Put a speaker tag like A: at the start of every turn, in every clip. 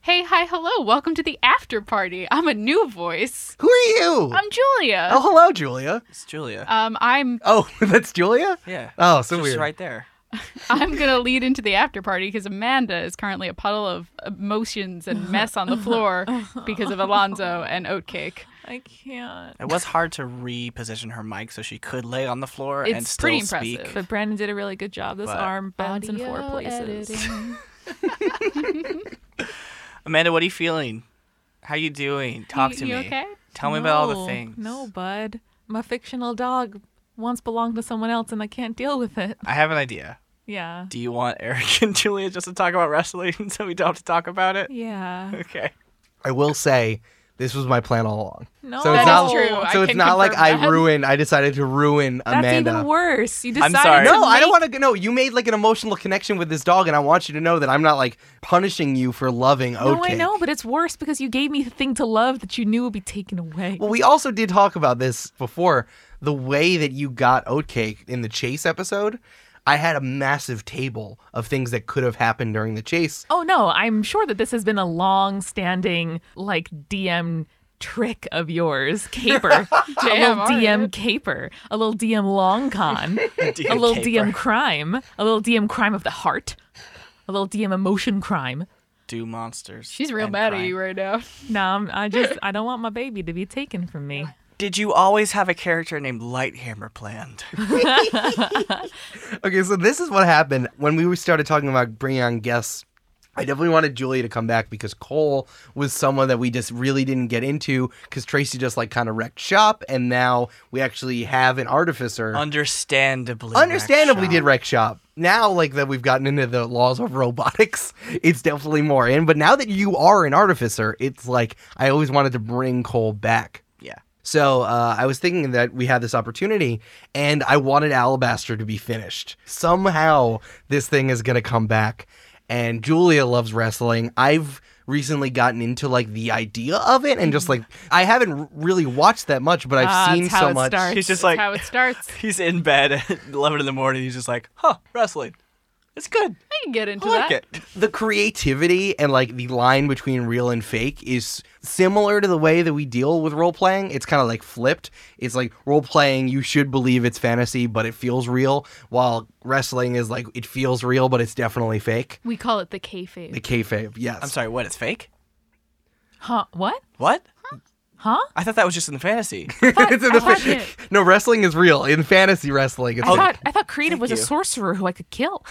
A: Hey, hi, hello. Welcome to the after party. I'm a new voice.
B: Who are you?
A: I'm Julia.
B: oh, hello, Julia.
C: It's Julia.
A: Um, I'm
B: Oh, that's Julia.
C: yeah.
B: Oh, so
C: Just
B: weird.
C: right there.
A: I'm gonna lead into the after party because Amanda is currently a puddle of emotions and mess on the floor because of Alonzo and Oatcake.
D: I can't.
C: It was hard to reposition her mic so she could lay on the floor and
A: It's
C: still
A: pretty
C: speak.
A: impressive.
D: But Brandon did a really good job. This
C: But-
D: arm bends in four places.
C: Amanda, what are you feeling? How you doing? Talk to
A: you
C: me.
A: okay?
C: Tell me about all
D: No,
C: the things.
D: No, bud. My fictional dog once belonged to someone else, and I can't deal with it.
C: I have an idea.
D: Yeah.
C: Do you want Eric and Julia just to talk about wrestling so we don't have to talk about it?
D: Yeah.
C: Okay.
B: I will say this was my plan all along.
D: No.
B: So it's
A: That
B: not
A: is true. I
B: So it's
A: can
B: not like
A: confirm
B: I
A: that.
B: ruined. I decided to ruin
D: That's
B: Amanda.
D: even worse. You
C: I'm
D: decided
C: sorry.
D: to
B: No, I don't
D: make-
B: want to. No, you made like an emotional connection with this dog, and I want you to know that I'm not like punishing you for loving Oatcake.
D: No, I know, but it's worse because you gave me the thing to love that you knew would be taken away.
B: Well, we also did talk about this before. The way that you got Oatcake in the chase episode, I had a massive table of things that could have happened during the chase.
D: Oh no, I'm sure that this has been a long-standing like DM trick of yours, caper, a
A: Damn,
D: little
A: all
D: DM
A: right.
D: caper, a little DM long con, a little DM crime, a little DM crime of the heart, a little DM emotion crime.
C: Do monsters.
A: She's real
C: and
A: mad at
C: crime.
A: you right now.
D: No, I'm, I just I don't want my baby to be taken from me.
C: Did you always have a character named Lighthammer planned?
B: Okay, so this is what happened when we started talking about bringing on guests. I definitely wanted Julia to come back because Cole was someone that we just really didn't get into because Tracy just like kind of wrecked shop, and now we actually have an artificer.
C: Understandably.
B: understandably
C: Raksha.
B: did wreck shop now like that we've gotten into the laws of robotics it's definitely more in but now that you are an artificer it's like i always wanted to bring cole back
C: Yeah.
B: so uh, i was thinking that we had this opportunity and i wanted alabaster to be finished somehow this thing is going to come back and julia loves wrestling i've recently gotten into like the idea of it and just like i haven't r- really watched that much but i've
D: Mm-hmm. Ah,
B: seen
D: it's how
B: so
D: it
B: much
D: starts.
C: He's just
A: That's
C: like
A: how it starts. I
C: he's in bed at 11 in the morning. He's just like, huh, wrestling. It's good.
A: can get into
C: I like
A: that.
C: it.
B: the creativity and like the line between real and fake is similar to the way that we deal with role playing. It's kind of like flipped. It's like role playing, you should believe it's fantasy, but it feels real, while wrestling is like it feels real, but it's definitely fake.
A: We call it the kayfabe.
B: The kayfabe, yes.
C: I'm sorry, what? It's fake?
D: Huh? What?
C: What?
D: Huh?
C: I thought that was just in the fantasy.
B: It's in the
A: I
B: fa-
A: like it.
B: no, wrestling is real. In fantasy wrestling, it's
D: I
B: like,
D: thought I thought creative was a
C: you.
D: sorcerer who I could kill.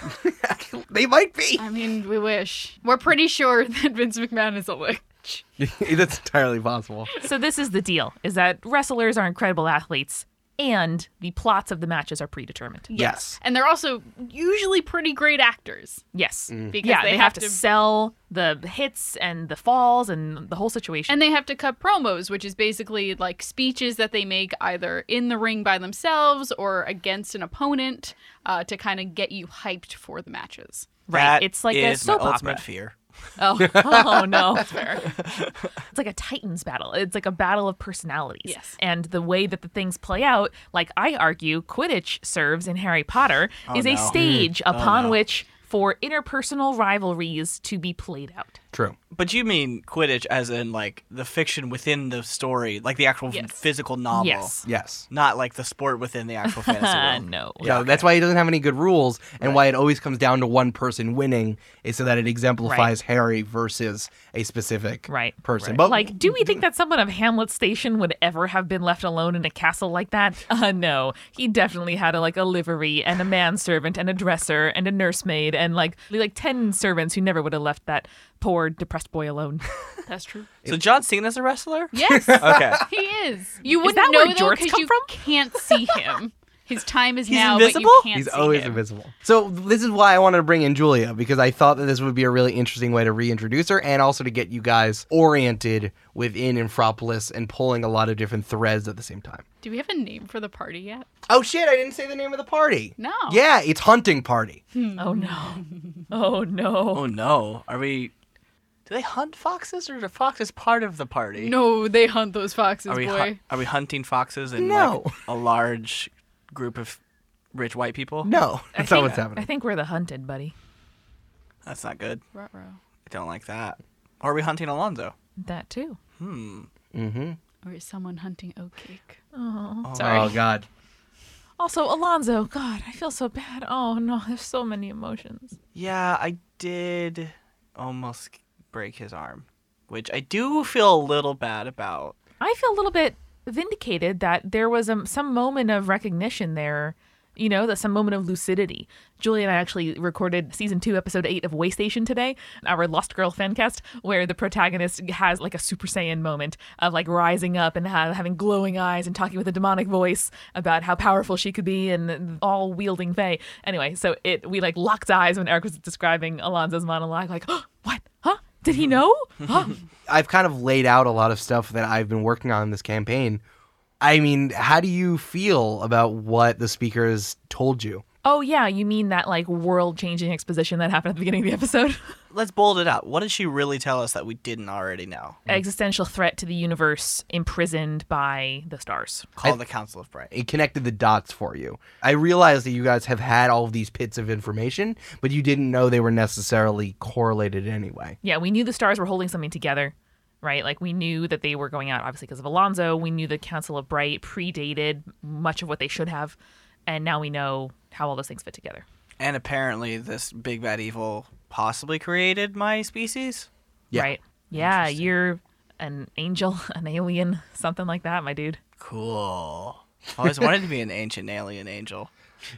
B: they might be.
A: I mean, we wish. We're pretty sure that Vince McMahon is a lich.
B: That's entirely possible.
D: So this is the deal: is that wrestlers are incredible athletes, and the plots of the matches are predetermined.
B: Yes.
A: And they're also usually pretty great actors.
D: Yes,
C: Mm.
A: Because
D: yeah,
A: they
D: they,
A: have
D: have, to,
A: to-
D: sell the hits and the falls and the whole situation.
A: And they have to cut promos, which is basically like speeches that they make either in the ring by themselves or against an opponent uh, to kind of get you hyped for the matches.
D: right,
C: That
D: it's like a
C: is my
D: soap
C: ultimate
D: opera.
C: fear.
D: Oh, oh no, that's fair. it's like a Titans battle. It's like a battle of personalities.
A: Yes.
D: and the way that the things play out, like I argue, Quidditch serves in Harry Potter is a
C: Oh, no.
D: stage upon which for interpersonal rivalries to be played out.
B: True.
C: But you mean Quidditch as in like the fiction within the story, like the actual
A: Yes.
C: physical novel.
D: Yes.
B: Yes.
C: Not like the sport within the actual fantasy
D: Uh,
C: world.
D: no.
B: So that's why he doesn't have any good rules, and why it always comes down to one person winning is so that it exemplifies Harry versus a specific
D: Right.
B: person.
C: Right.
B: But
D: Like, do we think that someone of Hamlet's station would ever have been left alone in a castle like that? Uh, no. He definitely had a, like a livery and a manservant and a dresser and a nursemaid and like like ten servants who never would have left that poor depressed boy alone.
A: That's true.
C: So John Cena's a wrestler?
A: Yes.
C: Okay.
A: He is. You wouldn't
D: that
A: know
D: where
A: though
D: jorts
A: because
D: come
A: you
D: from?
A: can't see him. His time is
C: He's
A: now, but you
C: invisible?
A: can't
B: He's
A: see
B: always
A: him.
B: invisible. So this is why I wanted to bring in Julia because I thought that this would be a really interesting way to reintroduce her and also to get you guys oriented within Infropolis and pulling a lot of different threads at the same time.
A: Do we have a name for the party yet?
B: Oh shit! I didn't say the name of the party.
A: No.
B: Yeah, it's hunting party.
D: Oh no. Oh no.
C: Oh no, are we? Do they hunt foxes, or are foxes part of the party?
A: No, they hunt those foxes,
C: are we
A: boy.
C: hu- are we hunting foxes in
B: No.
C: like a large group of rich white people?
B: No,
D: I
B: that's not
D: think-
B: what's happening.
D: I think we're the hunted, buddy.
C: that's not good.
A: Ruh-roh.
C: I don't like that. Or are we hunting Alonzo?
D: That too.
A: Or is someone hunting oatcake?
B: Oh god.
D: Also, Alonzo, God, I feel so bad. Oh no, there's so many emotions.
C: Yeah, I did almost break his arm, which I do feel a little bad about.
D: I feel a little bit vindicated that there was um some moment of recognition there, you know, that some moment of lucidity. Julie and I actually recorded season two, episode eight of Waystation today, our Lost Girl fancast, where the protagonist has like a Super Saiyan moment of like rising up and ha- having glowing eyes and talking with a demonic voice about how powerful she could be and all wielding Faye. Anyway, so it we like locked eyes when Eric was describing Alonzo's monologue, like, what? Huh? Did he know? Huh?
B: I've kind of laid out a lot of stuff that I've been working on in this campaign. I mean, how do you feel about what the speakers told you?
D: Oh yeah, you mean that like world-changing exposition that happened at the beginning of
B: Mm.
D: the episode?
C: Let's bold it out. What did she really tell us that we didn't already know?
D: Existential threat to the universe imprisoned by the stars.
C: Call the Council of Bright.
B: It connected the dots for you. I realize that you guys have had all of these pits of information, but you didn't know they were necessarily correlated anyway.
D: Yeah, we knew the stars were holding something together, right? Like we knew that they were going out obviously because of Alonzo. We knew the Council of Bright predated much of what they should have, and now we know how all those things fit together.
C: And apparently, this big bad evil possibly created my species.
B: Yeah.
D: Right? Yeah, you're an angel, an alien, something like that, my dude.
C: Cool. Always wanted to be an ancient alien angel.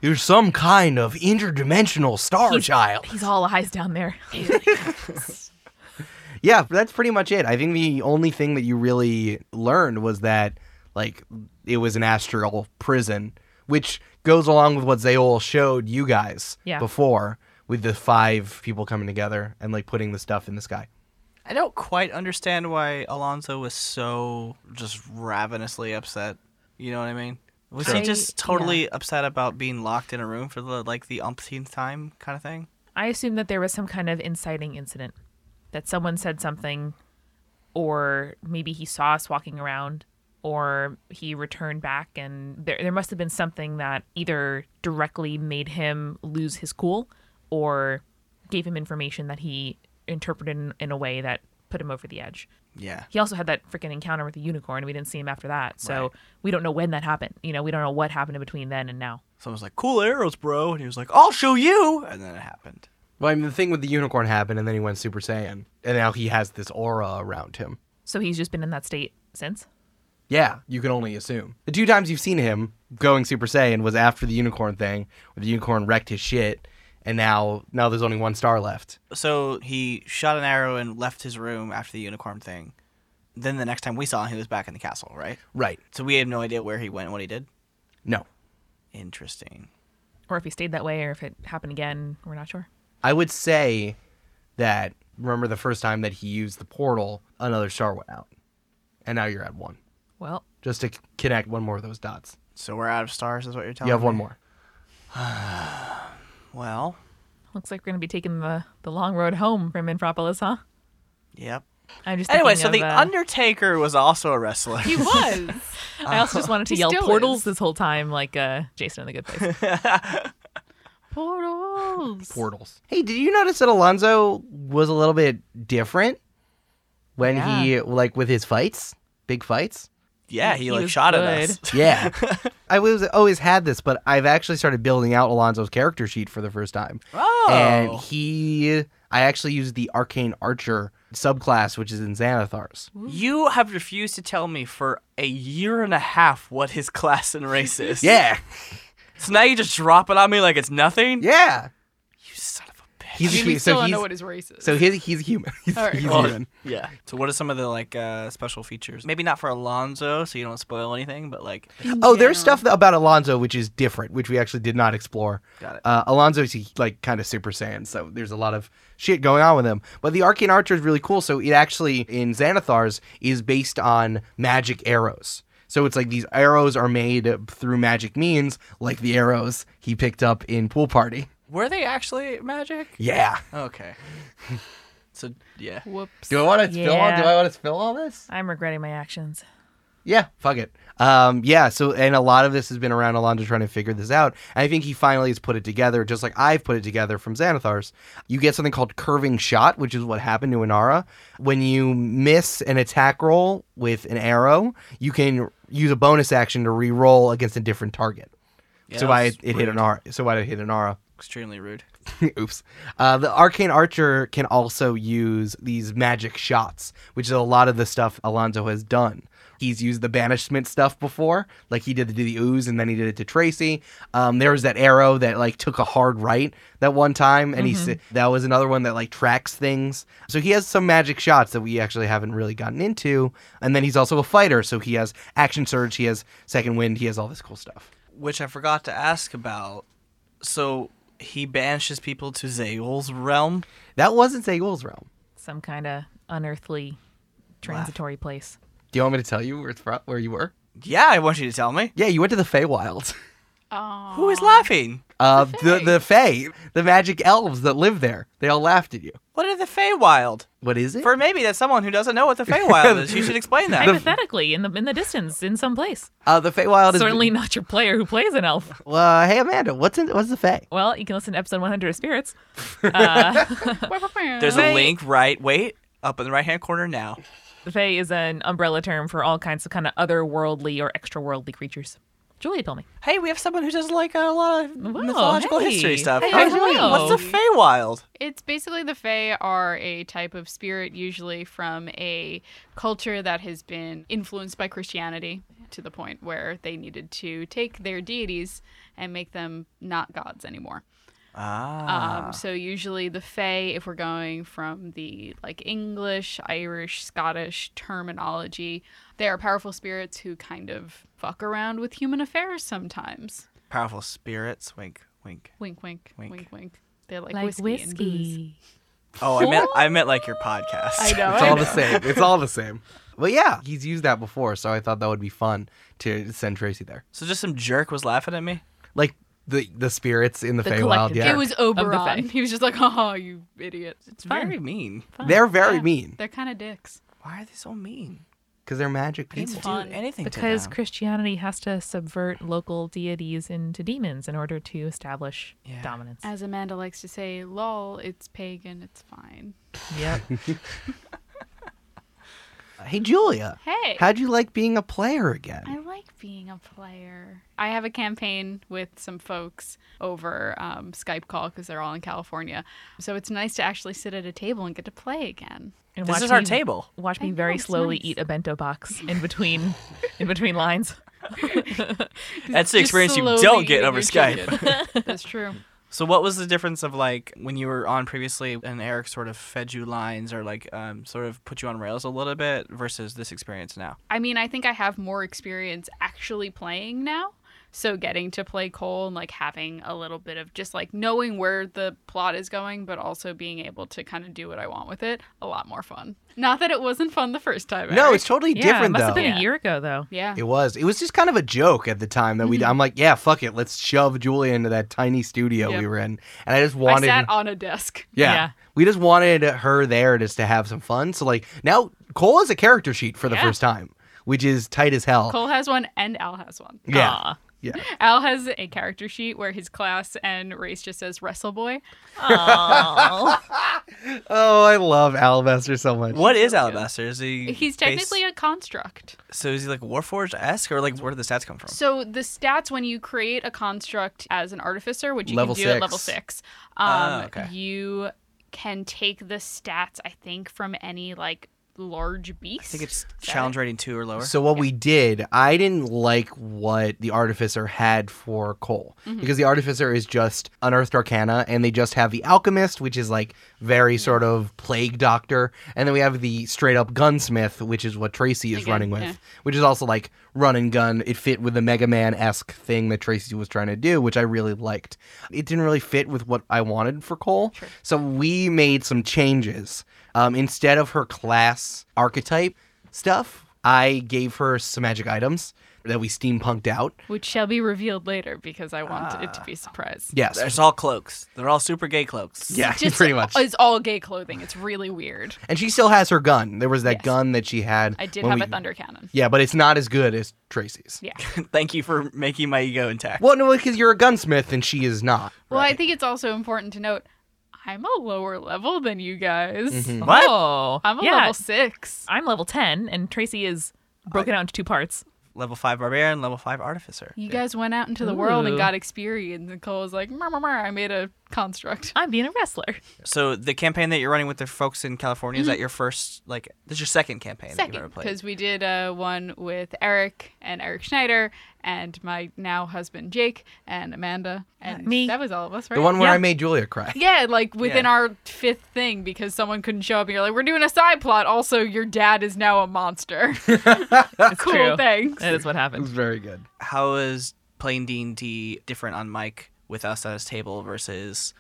B: You're some kind of interdimensional star child.
D: He's all eyes down there.
B: Yeah, that's pretty much it. I think the only thing that you really learned was that, like, it was an astral prison, which goes along with what Zeol showed you guys
D: Yeah.
B: before with the five people coming together and, like, putting the stuff in the sky.
C: I don't quite understand why Alonso was so just ravenously upset. You know what I mean? Was
D: Sure.
C: he just
D: I-
C: totally upset about being locked in a room for the like the umpteenth time kind of thing?
D: I assume that there was some kind of inciting incident, that someone said something, or maybe he saw us walking around, or he returned back, and there there must have been something that either directly made him lose his cool, or gave him information that he interpreted in, in a way that put him over the edge.
C: Yeah.
D: He also had that freaking encounter with the unicorn, and we didn't see him after that, so we don't know when that happened. You know, we don't know what happened in between then and now.
C: Someone's like, "Cool arrows, bro," and he was like, "I'll show you," and then it happened.
B: Well, I mean, the thing with the unicorn happened, and then he went Super Saiyan, and now he has this aura around him.
D: So he's just been in that state since.
B: Yeah, you can only assume. The two times you've seen him going Super Saiyan was after the unicorn thing, where the unicorn wrecked his shit, and now now there's only one star left.
C: So he shot an arrow and left his room after the unicorn thing. Then the next time we saw him, he was back in the castle, right?
B: Right.
C: So we have no idea where he went, and what he did.
B: No.
C: Interesting.
D: or if he stayed that way or if it happened again we're not sure
B: I would say that remember the first time that he used the portal, another star went out. And now you're at one.
D: well
B: Just to c- connect one more of those dots.
C: So we're out of stars, is what you're telling me.
B: You have one more.
C: Well,
D: looks like we're going to be taking the, the long road home from Infropolis, huh
C: yep.
D: i'm just
C: Anyway,
D: thinking
C: so
D: of,
C: the
D: uh,
C: Undertaker was also a wrestler.
A: He was.
D: i also just wanted to
A: He
D: yell
A: still
D: portals
A: is.
D: this whole time like uh, jason in the good place
A: Portals.
B: Portals. Hey, did you notice that Alonzo was a little bit different when he like with his fights? Big fights?
C: Yeah,
D: He
C: he like
D: was
C: shot at
D: good.
C: us.
B: Yeah. I was always had this, but I've actually started building out Alonzo's character sheet for the first time.
C: Oh.
B: And he I actually used the Arcane Archer subclass, which is in Xanathar's.
C: You have refused to tell me for a year and a half what his class and race is.
B: Yeah.
C: So now you just drop it on me like it's nothing?
B: Yeah.
C: You son of a bitch.
B: He's
A: I mean,
B: a hu-
A: we still
B: so
A: don't
B: he's
A: know what his race is.
B: so he's, he's human. He's,
A: All right,
B: he's
A: cool.
B: human.
C: Yeah. So what are some of the like uh, special features? Maybe not for Alonzo, so you don't spoil anything, but like
B: Oh, there's stuff about Alonzo which is different, which we actually did not explore.
C: Got it.
B: Uh, Alonzo's he- like kind of Super Saiyan, so there's a lot of shit going on with him. But the Arcane Archer is really cool. So it actually in Xanathar's is based on magic arrows. So it's like these arrows are made through magic means, like the arrows he picked up in Pool Party.
C: were they actually magic?
B: Yeah.
C: Okay. so yeah.
A: Whoops.
B: Do I want to spill? All,
D: Yeah.
B: do I want to spill all this?
D: I'm regretting my actions.
B: Yeah, fuck it. Um, yeah, so and a lot of this has been around Alonzo trying to figure this out. And I think he finally has put it together, just like I've put it together from Xanathar's. You get something called curving shot, which is what happened to Inara. When you miss an attack roll with an arrow, you can use a bonus action to re-roll against a different target.
C: Yeah,
B: so
C: that
B: why
C: was
B: it, it hit
C: rude.
B: Inara? So why did it hit Inara?
C: Extremely rude.
B: Oops. Uh, the arcane archer can also use these magic shots, which is a lot of the stuff Alonzo has done. He's used the banishment stuff before, like he did to the ooze, and then he did it to Tracy. Um, there was that arrow that like took a hard right that one time, and he s that was another one that like tracks things. So he has some magic shots that we actually haven't really gotten into, and then he's also a fighter, so he has action surge, he has second wind, he has all this cool stuff.
C: Which I forgot to ask about. So he banishes people to Zeol's realm.
B: That wasn't Segul's realm.
D: Some kind of unearthly transitory place.
B: Do you want me to tell you where it's from, where you were?
C: Yeah, I want you to tell me.
B: Yeah, you went to the Feywild.
A: Aw.
C: Who is laughing?
B: Uh, the the Fey, the magic elves that live there, they all laughed at you.
C: What is the Feywild?
B: What is it?
C: For maybe that's someone who doesn't know what the Feywild is. You should explain that.
D: Hypothetically, in the in the distance, in some place.
B: uh, the Feywild is
D: Certainly not your player who plays an elf.
B: Uh, hey Amanda, what's in, what's the Fey?
D: Well, you can listen to episode 100 of Spirits. Uh,
C: There's a link right wait up in the right hand corner now.
D: the Fae is an umbrella term for all kinds of kind of otherworldly or extraworldly creatures. Julia told me.
C: Hey, we have someone who does like a lot of
D: Whoa,
C: mythological
D: hey.
C: history stuff.
A: Hey,
C: I was like,
A: hello.
C: What's the Feywild?
A: It's basically the Fae are a type of spirit, usually from a culture that has been influenced by Christianity to the point where they needed to take their deities and make them not gods anymore.
C: Ah,
A: Um, so usually the Fae, if we're going from the like English, Irish, Scottish terminology, they are powerful spirits who kind of fuck around with human affairs sometimes.
C: powerful spirits. Wink, wink.
A: Wink, wink,
C: Wink.
A: wink, wink. They're like, whiskey, and booze.
C: Oh, I meant I meant like your podcast.
A: I know.
B: It's
A: I
B: all
A: know.
B: the same. It's all the same. But yeah, he's used that before, so I thought that would be fun to send Tracy there.
C: So just some jerk was laughing at me.
B: Like the the spirits in the,
D: The
B: Feywild,
D: collective-
B: yeah,
A: It was
D: Fae.
A: Oberon. He was just like, oh, you idiot.
C: It's
D: fun.
C: very mean.
B: they're very
A: Yeah.
B: mean
A: They're kind of dicks.
C: Why are they so mean?
B: because they're magic
C: People
B: people.
A: fun.
C: do anything
D: Because
C: to them.
D: Christianity has to subvert local deities into demons in order to establish
C: Yeah.
D: dominance.
A: As Amanda likes to say, lol, it's pagan, it's fine.
D: Yep.
B: Hey Julia,
A: Hey.
B: how'd you like being a player again?
A: I like being a player. I have a campaign with some folks over um, Skype call because they're all in California. So it's nice to actually sit at a table and get to play again.
D: And
C: This
D: watch
C: is our
D: me-
C: table.
D: Watch
A: I
D: me
A: know,
D: very
A: it's
D: slowly
A: nice.
D: eat a bento box in between, in between lines.
C: That's the
A: Just
C: experience you
A: slowly
C: don't get
A: eating
C: over
A: your
C: Skype.
A: chicken. That's true.
C: So what was the difference of like when you were on previously and Eric sort of fed you lines or like um, sort of put you on rails a little bit versus this experience now?
A: I mean, I think I have more experience actually playing now. So getting to play Cole and like having a little bit of just like knowing where the plot is going, but also being able to kind of do what I want with it, a lot more fun. Not that it wasn't fun the first time.
B: no,
A: Eric.
B: it's totally
D: Yeah, it
B: different
D: must
B: though.
D: have been
A: though.
D: a year ago though.
A: yeah.
B: It was. It was just kind of a joke at the time that we.
A: Mm-hmm.
B: I'm like, yeah, fuck it, let's shove Julia into that tiny studio we
A: Yep.
B: were in, and I just
A: I
B: wanted.
A: sat on a desk.
B: yeah,
D: Yeah.
B: we just wanted her there just to have some fun. So like now, Cole has a character sheet for the
A: Yeah.
B: first time, which is tight as hell.
A: Cole has one and Al has one.
B: yeah,
D: Aw.
B: yeah.
A: Al has a character sheet where his class and race just says Wrestle Boy.
D: Aw.
B: Oh, I love Alabaster so much.
C: What is Alabaster? Is he
A: He's
C: based-
A: technically a construct.
C: so is he like Warforged esque or like where did the stats come from?
A: So the stats when you create a construct as an artificer, which you
B: Level
A: can do at level
B: six. Oh,
A: six, um,
C: Ah, okay.
A: you can take the stats I think from any like large beast.
C: I think it's challenge rating two or lower.
B: So what we did, I didn't like what the artificer had for Cole because the artificer is just unearthed arcana, and they just have the alchemist, which is like very sort of plague doctor, and then we have the straight up gunsmith, which is what Tracy is
A: Again,
B: running with,
A: yeah.
B: which is also like run and gun. It fit with the Mega Man esque thing that Tracy was trying to do, which I really liked. It didn't really fit with what I wanted for Cole, so we made some changes. Um, instead of her class archetype stuff, I gave her some magic items that we steampunked out.
A: which shall be revealed later because I want it to
B: Ah.
A: be a surprise.
B: Yes.
C: It's all cloaks. They're all super gay cloaks.
B: yeah,
A: Just
B: pretty much.
A: It's all gay clothing. It's really weird.
B: And she still has her gun. There was that
A: Yes.
B: gun that she had.
A: I did
B: when
A: have
B: we-
A: a thunder cannon.
B: Yeah, but it's not as good as Tracy's.
A: Yeah.
C: Thank you for making my ego intact.
B: Well, no, because you're a gunsmith and she is not.
A: Well, I think it's also important to note I'm a lower level than you guys.
B: Mm-hmm.
C: What?
D: Oh,
A: I'm a
D: yeah.
A: level six.
D: I'm level ten, and Tracy is broken out into two parts.
C: Level five barbarian, level five artificer.
A: You guys went out into the world and
D: Ooh.
A: got experience, and Cole was like, "Mer, mer, mer, I made a construct.
D: I'm being a wrestler.
C: So the campaign that you're running with the folks in California
D: Mm-hmm.
C: is that your first like this is your second campaign that you've ever
A: Second,
C: played.
A: because we did uh, one with Eric and Eric Schneider and my now husband Jake and Amanda and
D: Me.
A: That was all of us, right?
B: The one where
D: Yeah.
B: I made Julia cry.
A: Yeah, like within
C: Yeah.
A: our fifth thing because someone couldn't show up. And you're like, we're doing a side plot. Also, your dad is now a monster. cool,
D: true.
A: thanks.
D: That is
B: It was
D: what happened.
B: very good.
C: How is playing D and D different on mic with us at his table versus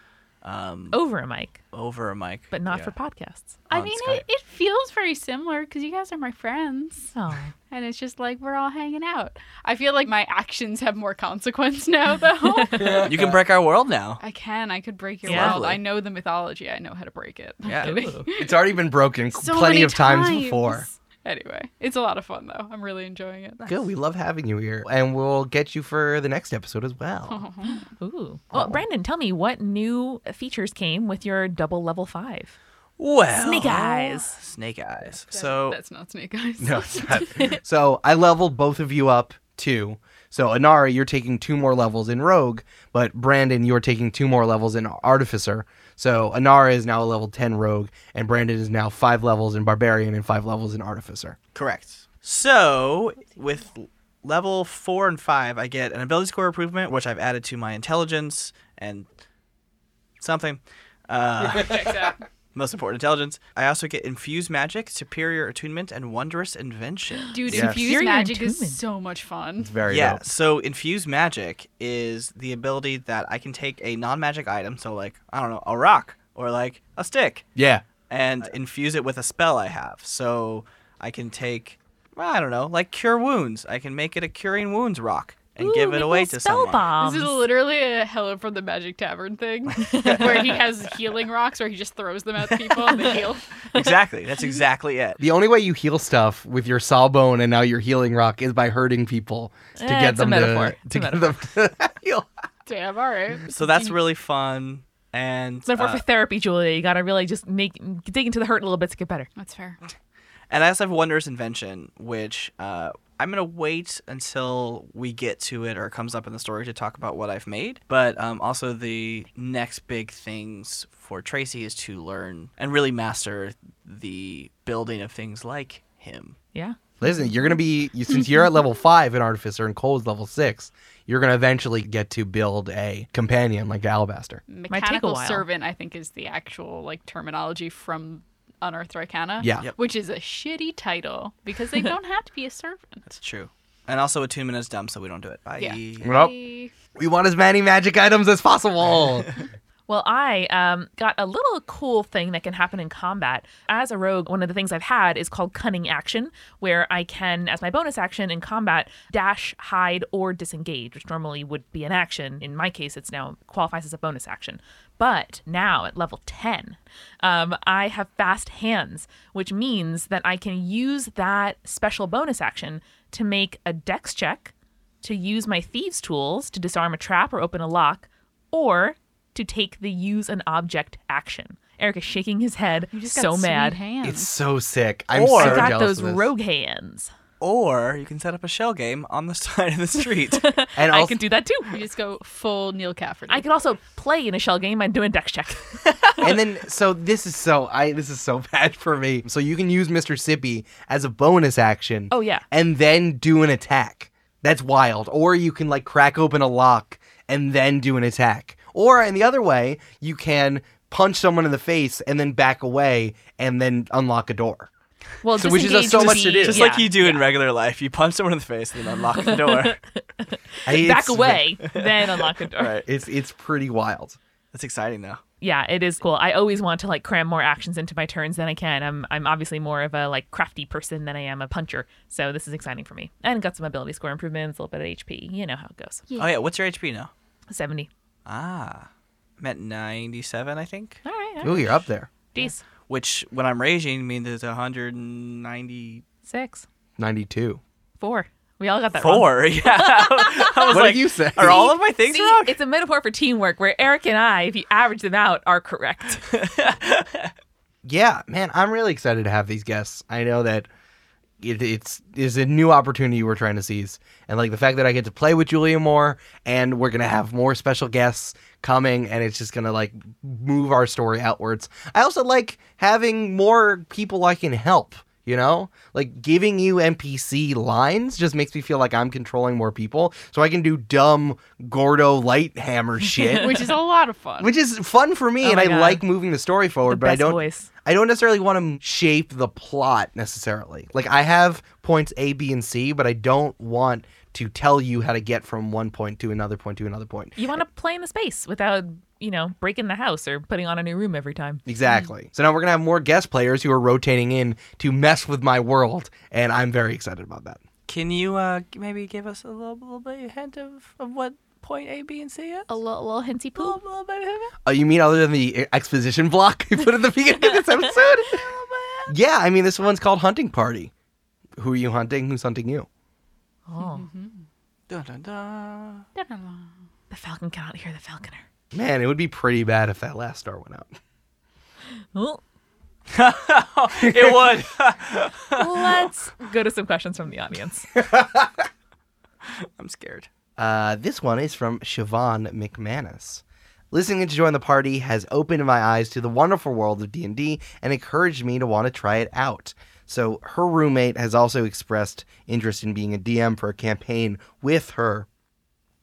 C: um,
D: Over a mic,
C: over a mic?
D: but not
C: Yeah.
D: for podcasts.
A: I
C: on
A: mean,
C: Skype.
A: it, it feels very similar because you guys are my friends,
D: Oh,
A: and it's just like we're all hanging out. I feel like my actions have more consequence now, though.
C: you can break our world now.
A: I can. I could break your
D: Yeah.
A: world.
C: Lovely.
A: I know the mythology. I know how to break it. I'm
C: Yeah.
A: kidding.
D: Ooh.
B: It's already been broken
A: So
B: plenty
A: many
B: of times, before.
A: Anyway, it's a lot of fun though. I'm really enjoying it.
B: Good. We love having you here. And we'll get you for the next episode as well.
A: Oh.
D: ooh. Well, Brandon, tell me what new features came with your double level five.
C: Well,
D: Snake eyes.
C: Snake eyes. So
A: that's not snake eyes.
B: No, it's not. so I leveled both of you up two. So Anari, you're taking two more levels in Rogue, but Brandon, you're taking two more levels in Artificer. So Anara is now a level ten Rogue, and Brandon is now five levels in Barbarian and five levels in Artificer.
C: Correct. So with level four and five, I get an ability score improvement, which I've added to my intelligence and something. Uh,
A: Checks out.
C: most important, intelligence. I also get infused magic, superior attunement, and wondrous invention.
A: Dude,
B: Yes.
A: infused
D: You're
A: magic
D: attunement.
A: is so much fun.
B: Very
C: yeah.
B: dope.
C: So infused magic is the ability that I can take a non-magic item, so like I don't know, a rock or like a stick,
B: Yeah.
C: and infuse it with a spell I have. So I can take, I don't know, like cure wounds. I can make it a curing wounds rock and
D: Ooh,
C: give
D: we
C: it away
D: will
C: to
D: spell
C: someone.
D: bombs.
B: Mm-hmm.
A: This
B: Um,
A: is literally a Hello from the Magic Tavern thing, where he has healing rocks, where he just throws them at people and they heal.
C: exactly. That's exactly it.
B: The only way you heal stuff with your sawbone and now your healing rock is by hurting people to
D: Eh,
B: get
D: it's a
B: them to-
D: metaphor.
B: to,
D: It's a
B: get them to heal.
A: Damn, all right.
C: So that's really fun. And
D: It's metaphor
C: uh,
D: for therapy, Julia. You gotta really just make dig into the hurt a little bit to get better.
A: That's fair.
C: and I also have Wondrous Invention, which uh, I'm gonna wait until we get to it or it comes up in the story to talk about what I've made. But um, also the next big things for Tracy is to learn and really master the building of things like him.
D: Yeah.
B: Listen, you're gonna be you- since you're at level five in Artificer and Cole's level six. You're gonna eventually get to build a companion like Alabaster.
A: Mechanical
D: while.
A: servant, I think, is the actual like terminology from Unearthed Arcana.
B: Yeah. Yep.
A: Which is a shitty title because they don't have to be a servant.
C: It's true. And also attunement is dumb, so we don't do it. Bye.
A: Yeah.
B: Well,
A: Hey.
B: we want as many magic items as possible.
D: Well, I um, got a little cool thing that can happen in combat. As a rogue, one of the things I've had is called cunning action, where I can, as my bonus action in combat, dash, hide, or disengage, which normally would be an action. In my case, it's now qualifies as a bonus action. But now at level 10, um, I have fast hands, which means that I can use that special bonus action to make a dex check to use my thieves' tools to disarm a trap or open a lock, or to take the use an object action. Eric is shaking his head,
A: You just got
D: so
A: sweet
D: mad.
A: hands.
B: it's so sick. I'm
C: Or-
B: so
D: I got
B: jealous
D: those
B: of this.
D: rogue hands.
C: or you can set up a shell game on the side of the street.
B: And
D: I
B: also,
D: can do that too.
A: You just go full Neil Cafferty.
D: I could also play in a shell game and do a dex check.
B: and then so this is so I this is so bad for me. So you can use Mr. Sippy as a bonus action.
D: Oh, yeah.
B: And then do an attack. That's wild. Or you can like crack open a lock and then do an attack. Or in the other way, you can punch someone in the face and then back away and then unlock a door.
D: Well,
B: So which is a-
D: disengage
B: so
D: would
B: much to
D: be-
B: do.
C: Just
D: yeah.
C: like you do in regular life. You punch someone in the face and then unlock the door.
B: I-
D: back
B: it's-
D: away, then unlock the door.
C: right.
B: It's it's pretty wild.
C: That's exciting though.
D: Yeah, it is cool. I always want to like cram more actions into my turns than I can. I'm I'm obviously more of a like crafty person than I am a puncher, so this is exciting for me. And got some ability score improvements, a little bit of HP. You know how it goes.
C: Oh yeah, what's your HP now?
D: Seventy.
C: Ah. I'm at 97, I think.
D: All right. all right.
B: Ooh, you're up there.
D: Jeez.
C: Which, when I'm raging, means it's 194.
D: Six.
B: Ninety two.
D: Four. We all got that wrong.
C: Yeah. I was
B: What
C: like,
B: did you say?
C: Are all of my things
D: See,
C: wrong?
D: it's a metaphor for teamwork where Eric and I, if you average them out, are correct.
B: Yeah, man, I'm really excited to have these guests. I know that it, it's is a new opportunity we're trying to seize, and like the fact that I get to play with Julia more, and we're gonna have more special guests coming, and it's just gonna like move our story outwards. I also like having more people I can help. You know, like giving you NPC lines just makes me feel like I'm controlling more people, so I can do dumb Gordo Lighthammer shit,
A: which is a lot of fun.
B: which is fun for me,
D: Oh
B: and
D: my
B: I
D: God.
B: like moving the story forward.
D: The
B: but I
D: best
B: don't.
D: voice.
B: I don't necessarily want to shape the plot necessarily. Like I have points A, B, and C, but I don't want to tell you how to get from one point to another point to another point.
D: You want to play in the space without, you know, breaking the house or putting on a new room every time.
B: Exactly.
D: Mm.
B: So now we're gonna have more guest players who are rotating in to mess with my world, and I'm very excited about that.
C: Can you uh, g- maybe give us a little, little bit of hint of, of what point A, B, and C is?
D: A little, little hinty poo.
C: little, little bit of hint?
B: Oh, you mean other than the exposition block we put at the beginning of this episode?
D: Oh,
B: yeah, I mean this one's called Hunting Party. Who are you hunting? Who's hunting you?
D: Oh,
C: Mm-hmm. Dun, dun, dun.
D: the falcon cannot hear the falconer.
B: Man, it would be pretty bad if that last star went out.
D: Oh.
C: It would.
D: Let's go to some questions from the audience.
C: I'm scared.
B: Uh, this one is from Siobhan McManus. Listening to Join the Party has opened my eyes to the wonderful world of D&D and encouraged me to want to try it out. So her roommate has also expressed interest in being a DM for a campaign with her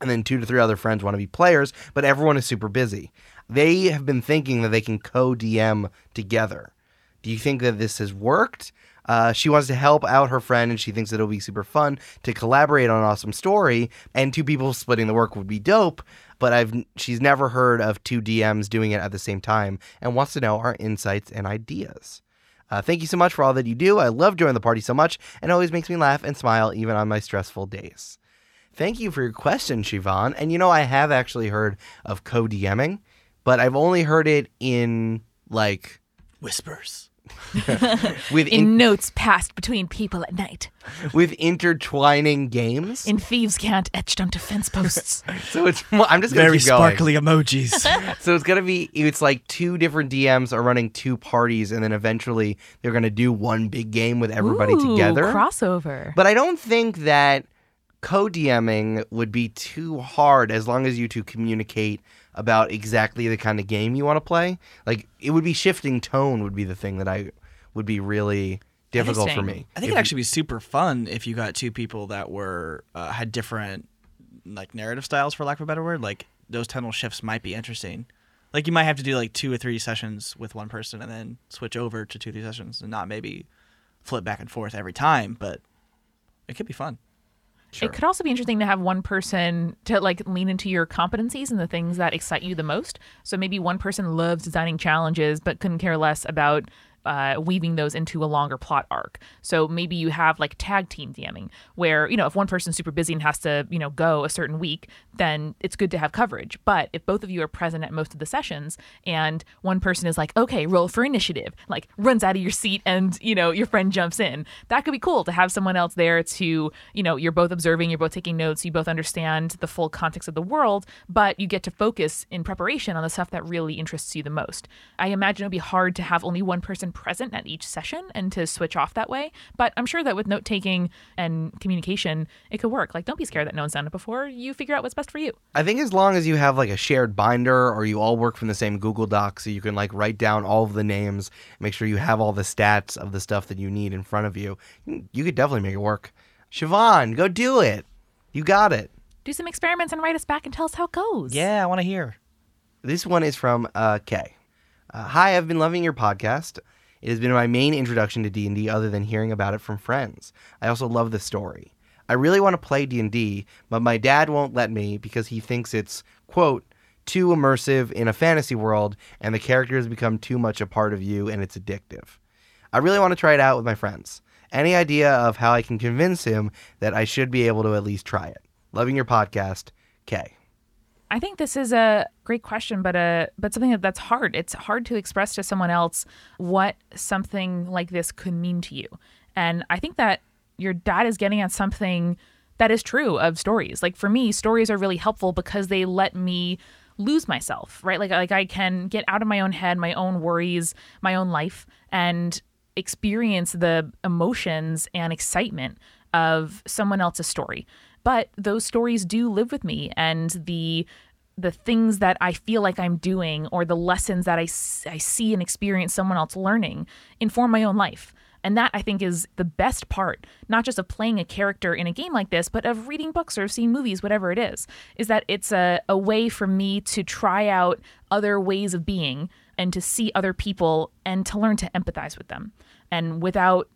B: and then two to three other friends want to be players, but everyone is super busy. They have been thinking that they can co DM together. Do you think that this has worked? Uh, she wants to help out her friend, and she thinks that it'll be super fun to collaborate on an awesome story. And two people splitting the work would be dope. But I've she's never heard of two DMs doing it at the same time, and wants to know our insights and ideas. Uh, thank you so much for all that you do. I love joining the party so much, and it always makes me laugh and smile even on my stressful days. Thank you for your question, Siobhan. And you know, I have actually heard of co DMing, but I've only heard it in like
C: Whispers.
B: with
D: In
B: in,
D: notes passed between people at night,
B: with intertwining games.
D: in thieves' cant etched onto fence posts.
B: so it's I'm just gonna keep going.
C: emojis.
B: So it's gonna be it's like two different DMs are running two parties, and then eventually they're gonna do one big game with everybody
D: Ooh,
B: together.
D: Crossover.
B: But I don't think that co DMing would be too hard as long as you two communicate about exactly the kind of game you want to play. Like, it would be shifting tone, would be the thing that I would be really difficult for me.
D: Interesting.
C: I think it'd actually be super fun if you got two people that were uh, had different like narrative styles, for lack of a better word. Like those tonal shifts might be interesting. Like you might have to do like two or three sessions with one person and then switch over to two or three sessions and not maybe flip back and forth every time, but it could be fun.
D: It could also be interesting to have one person to like lean into your competencies and the things that excite you the most. So maybe one person loves designing challenges but couldn't care less about uh, weaving those into a longer plot arc. So maybe you have like tag team DMing where, you know, if one person's super busy and has to, you know, go a certain week, then it's good to have coverage. But if both of you are present at most of the sessions and one person is like, okay, roll for initiative, like runs out of your seat and, you know, your friend jumps in, that could be cool to have someone else there to, you know, you're both observing, you're both taking notes, you both understand the full context of the world, but you get to focus in preparation on the stuff that really interests you the most. I imagine it would be hard to have only one person person present at each session and to switch off that way. But I'm sure that with note taking and communication, it could work. Like, don't be scared that no one's done it before. You figure out what's best for you.
B: I think as long as you have like a shared binder or you all work from the same Google Doc so you can like write down all of the names, make sure you have all the stats of the stuff that you need in front of you, you could definitely make it work. Siobhan, go do it. You got it.
D: Do some experiments and write us back and tell us how it goes.
B: Yeah, I want to hear. This one is from uh, Kay. Uh, Hi, I've been loving your podcast. It has been my main introduction to D&D other than hearing about it from friends. I also love the story. I really want to play D&D, but my dad won't let me because he thinks it's, quote, too immersive in a fantasy world and the characters become too much a part of you and it's addictive. I really want to try it out with my friends. Any idea of how I can convince him that I should be able to at least try it? Loving your podcast, Kay.
D: I think this is a great question, but a but something that, that's hard. It's hard to express to someone else what something like this could mean to you. And I think that your dad is getting at something that is true of stories. Like for me, stories are really helpful because they let me lose myself, right? Like like I can get out of my own head, my own worries, my own life, and experience the emotions and excitement of someone else's story but those stories do live with me and the the things that i feel like i'm doing or the lessons that i, s- I see and experience someone else learning inform my own life and that i think is the best part not just of playing a character in a game like this but of reading books or seeing movies whatever it is is that it's a, a way for me to try out other ways of being and to see other people and to learn to empathize with them and without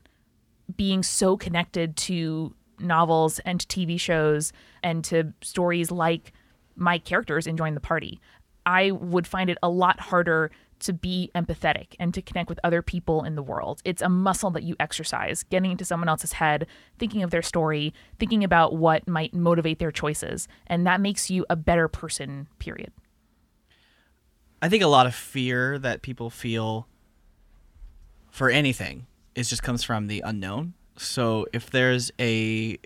D: being so connected to novels and to TV shows and to stories like my characters in Join the Party, I would find it a lot harder to be empathetic and to connect with other people in the world. It's a muscle that you exercise, getting into someone else's head, thinking of their story, thinking about what might motivate their choices. And that makes you a better person, period.
C: I think a lot of fear that people feel for anything is just comes from the unknown. So if there's a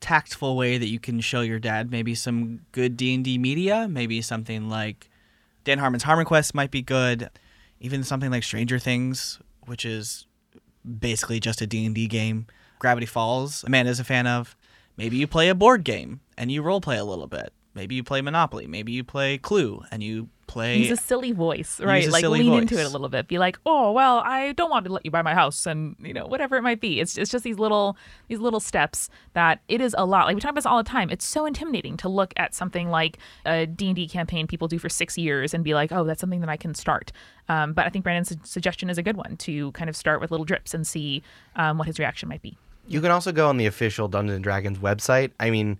C: tactful way that you can show your dad maybe some good D&D media, maybe something like Dan Harmon's Harmon Quest might be good, even something like Stranger Things, which is basically just a D&D game. Gravity Falls, Amanda's a fan of. Maybe you play a board game and you role play a little bit. Maybe you play Monopoly, maybe you play Clue and you play
D: Use a silly voice, right?
C: a
D: like
C: silly
D: lean
C: voice.
D: into it a little bit. Be like, "Oh, well, I don't want to let you buy my house," and you know, whatever it might be. It's it's just these little these little steps that it is a lot. Like we talk about this all the time. It's so intimidating to look at something like a D and D campaign people do for six years and be like, "Oh, that's something that I can start." Um, but I think Brandon's su- suggestion is a good one to kind of start with little drips and see um, what his reaction might be.
B: You can also go on the official Dungeons and Dragons website. I mean,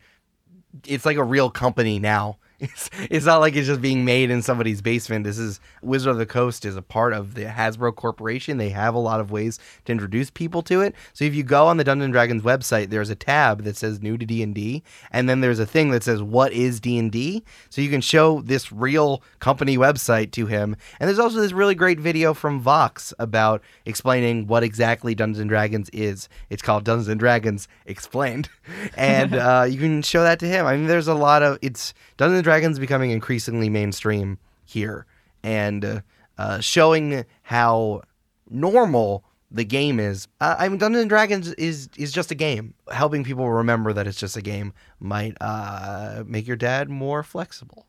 B: it's like a real company now. It's, it's not like it's just being made in somebody's basement. This is Wizard of the Coast is a part of the Hasbro Corporation. They have a lot of ways to introduce people to it. So if you go on the Dungeons and Dragons website, there's a tab that says new to D&D and then there's a thing that says what is D&D. So you can show this real company website to him. And there's also this really great video from Vox about explaining what exactly Dungeons and Dragons is. It's called Dungeons and Dragons Explained. And uh, you can show that to him. I mean, there's a lot of it's Dungeons and Dragons becoming increasingly mainstream here, and uh, uh, showing how normal the game is. Uh, I mean, Dungeons and Dragons is is just a game. Helping people remember that it's just a game might uh, make your dad more flexible.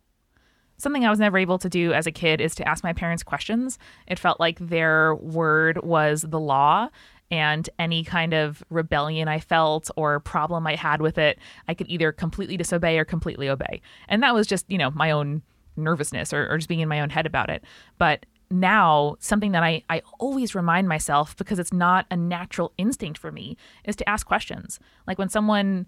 D: something I was never able to do as a kid is to ask my parents questions. It felt like their word was the law. And any kind of rebellion I felt or problem I had with it, I could either completely disobey or completely obey. And that was just, you know, my own nervousness or, or just being in my own head about it. But now, something that I, I always remind myself because it's not a natural instinct for me is to ask questions. Like when someone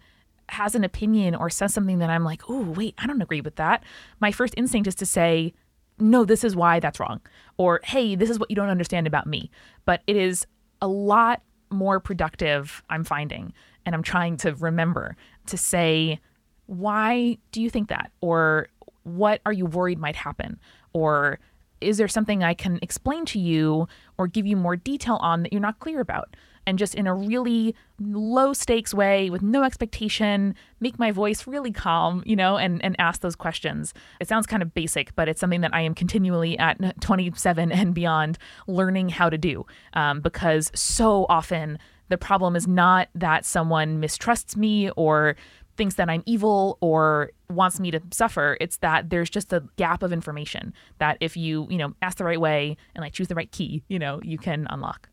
D: has an opinion or says something that I'm like, oh, wait, I don't agree with that. My first instinct is to say, no, this is why that's wrong. Or, hey, this is what you don't understand about me. But it is a lot more productive, I'm finding. And I'm trying to remember to say, why do you think that? Or what are you worried might happen? Or is there something I can explain to you or give you more detail on that you're not clear about? and just in a really low stakes way with no expectation, make my voice really calm, you know, and, and ask those questions. It sounds kind of basic, but it's something that I am continually at 27 and beyond learning how to do um, because so often the problem is not that someone mistrusts me or thinks that I'm evil or wants me to suffer. It's that there's just a gap of information that if you, you know, ask the right way and like choose the right key, you know, you can unlock.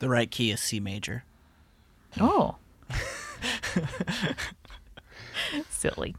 C: The right key is C major.
D: Oh. Silly.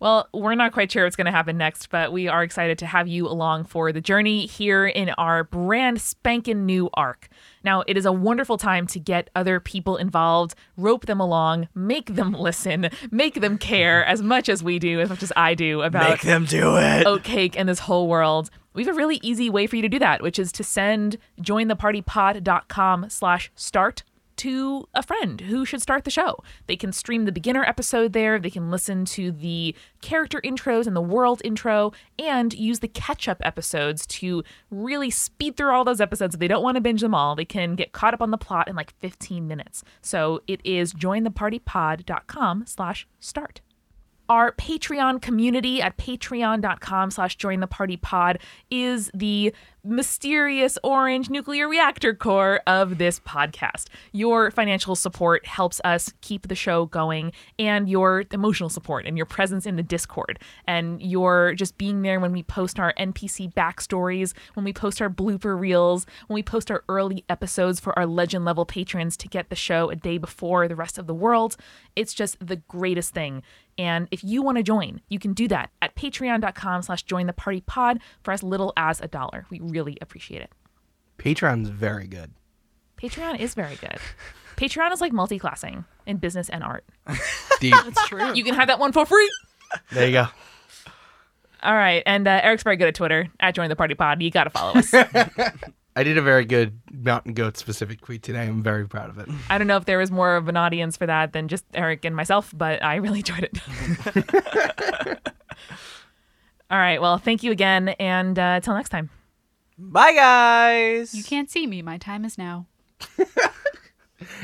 D: Well, we're not quite sure what's going to happen next, but we are excited to have you along for the journey here in our brand spankin' new arc. Now, it is a wonderful time to get other people involved, rope them along, make them listen, make them care as much as we do, as much as I do about
C: Make them do it.
D: oatcake and this whole world. We have a really easy way for you to do that, which is to send jointhepartypod.com slash start to a friend who should start the show. They can stream the beginner episode there. They can listen to the character intros and the world intro and use the catch up episodes to really speed through all those episodes. If they don't want to binge them all, they can get caught up on the plot in like 15 minutes. So it is jointhepartypod.com slash start our patreon community at patreon.com slash join the party pod is the mysterious orange nuclear reactor core of this podcast your financial support helps us keep the show going and your emotional support and your presence in the discord and your just being there when we post our npc backstories when we post our blooper reels when we post our early episodes for our legend level patrons to get the show a day before the rest of the world it's just the greatest thing and if you want to join, you can do that at patreon.com slash join the party pod for as little as a dollar. We really appreciate it.
B: Patreon's very good.
D: Patreon is very good. Patreon is like multi-classing in business and art.
B: Deep.
A: True.
D: You can have that one for free.
B: there you go.
D: All right. And uh, Eric's very good at Twitter at join the party pod. You got to follow us.
B: I did a very good mountain goat specific tweet today. I'm very proud of it.
D: I don't know if there was more of an audience for that than just Eric and myself, but I really enjoyed it. All right. Well, thank you again. And uh, till next time.
C: Bye, guys.
A: You can't see me. My time is now.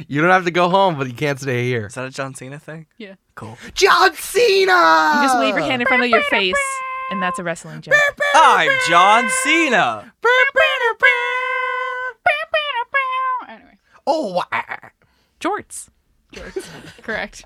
B: You don't have to go home, but you can't stay here.
C: Is that a John Cena thing?
A: Yeah.
C: Cool.
B: John Cena!
D: You just wave your hand in front of your face. And that's a wrestling joke.
C: I'm John Cena.
A: Anyway,
B: Oh, wow.
D: Jorts.
A: correct.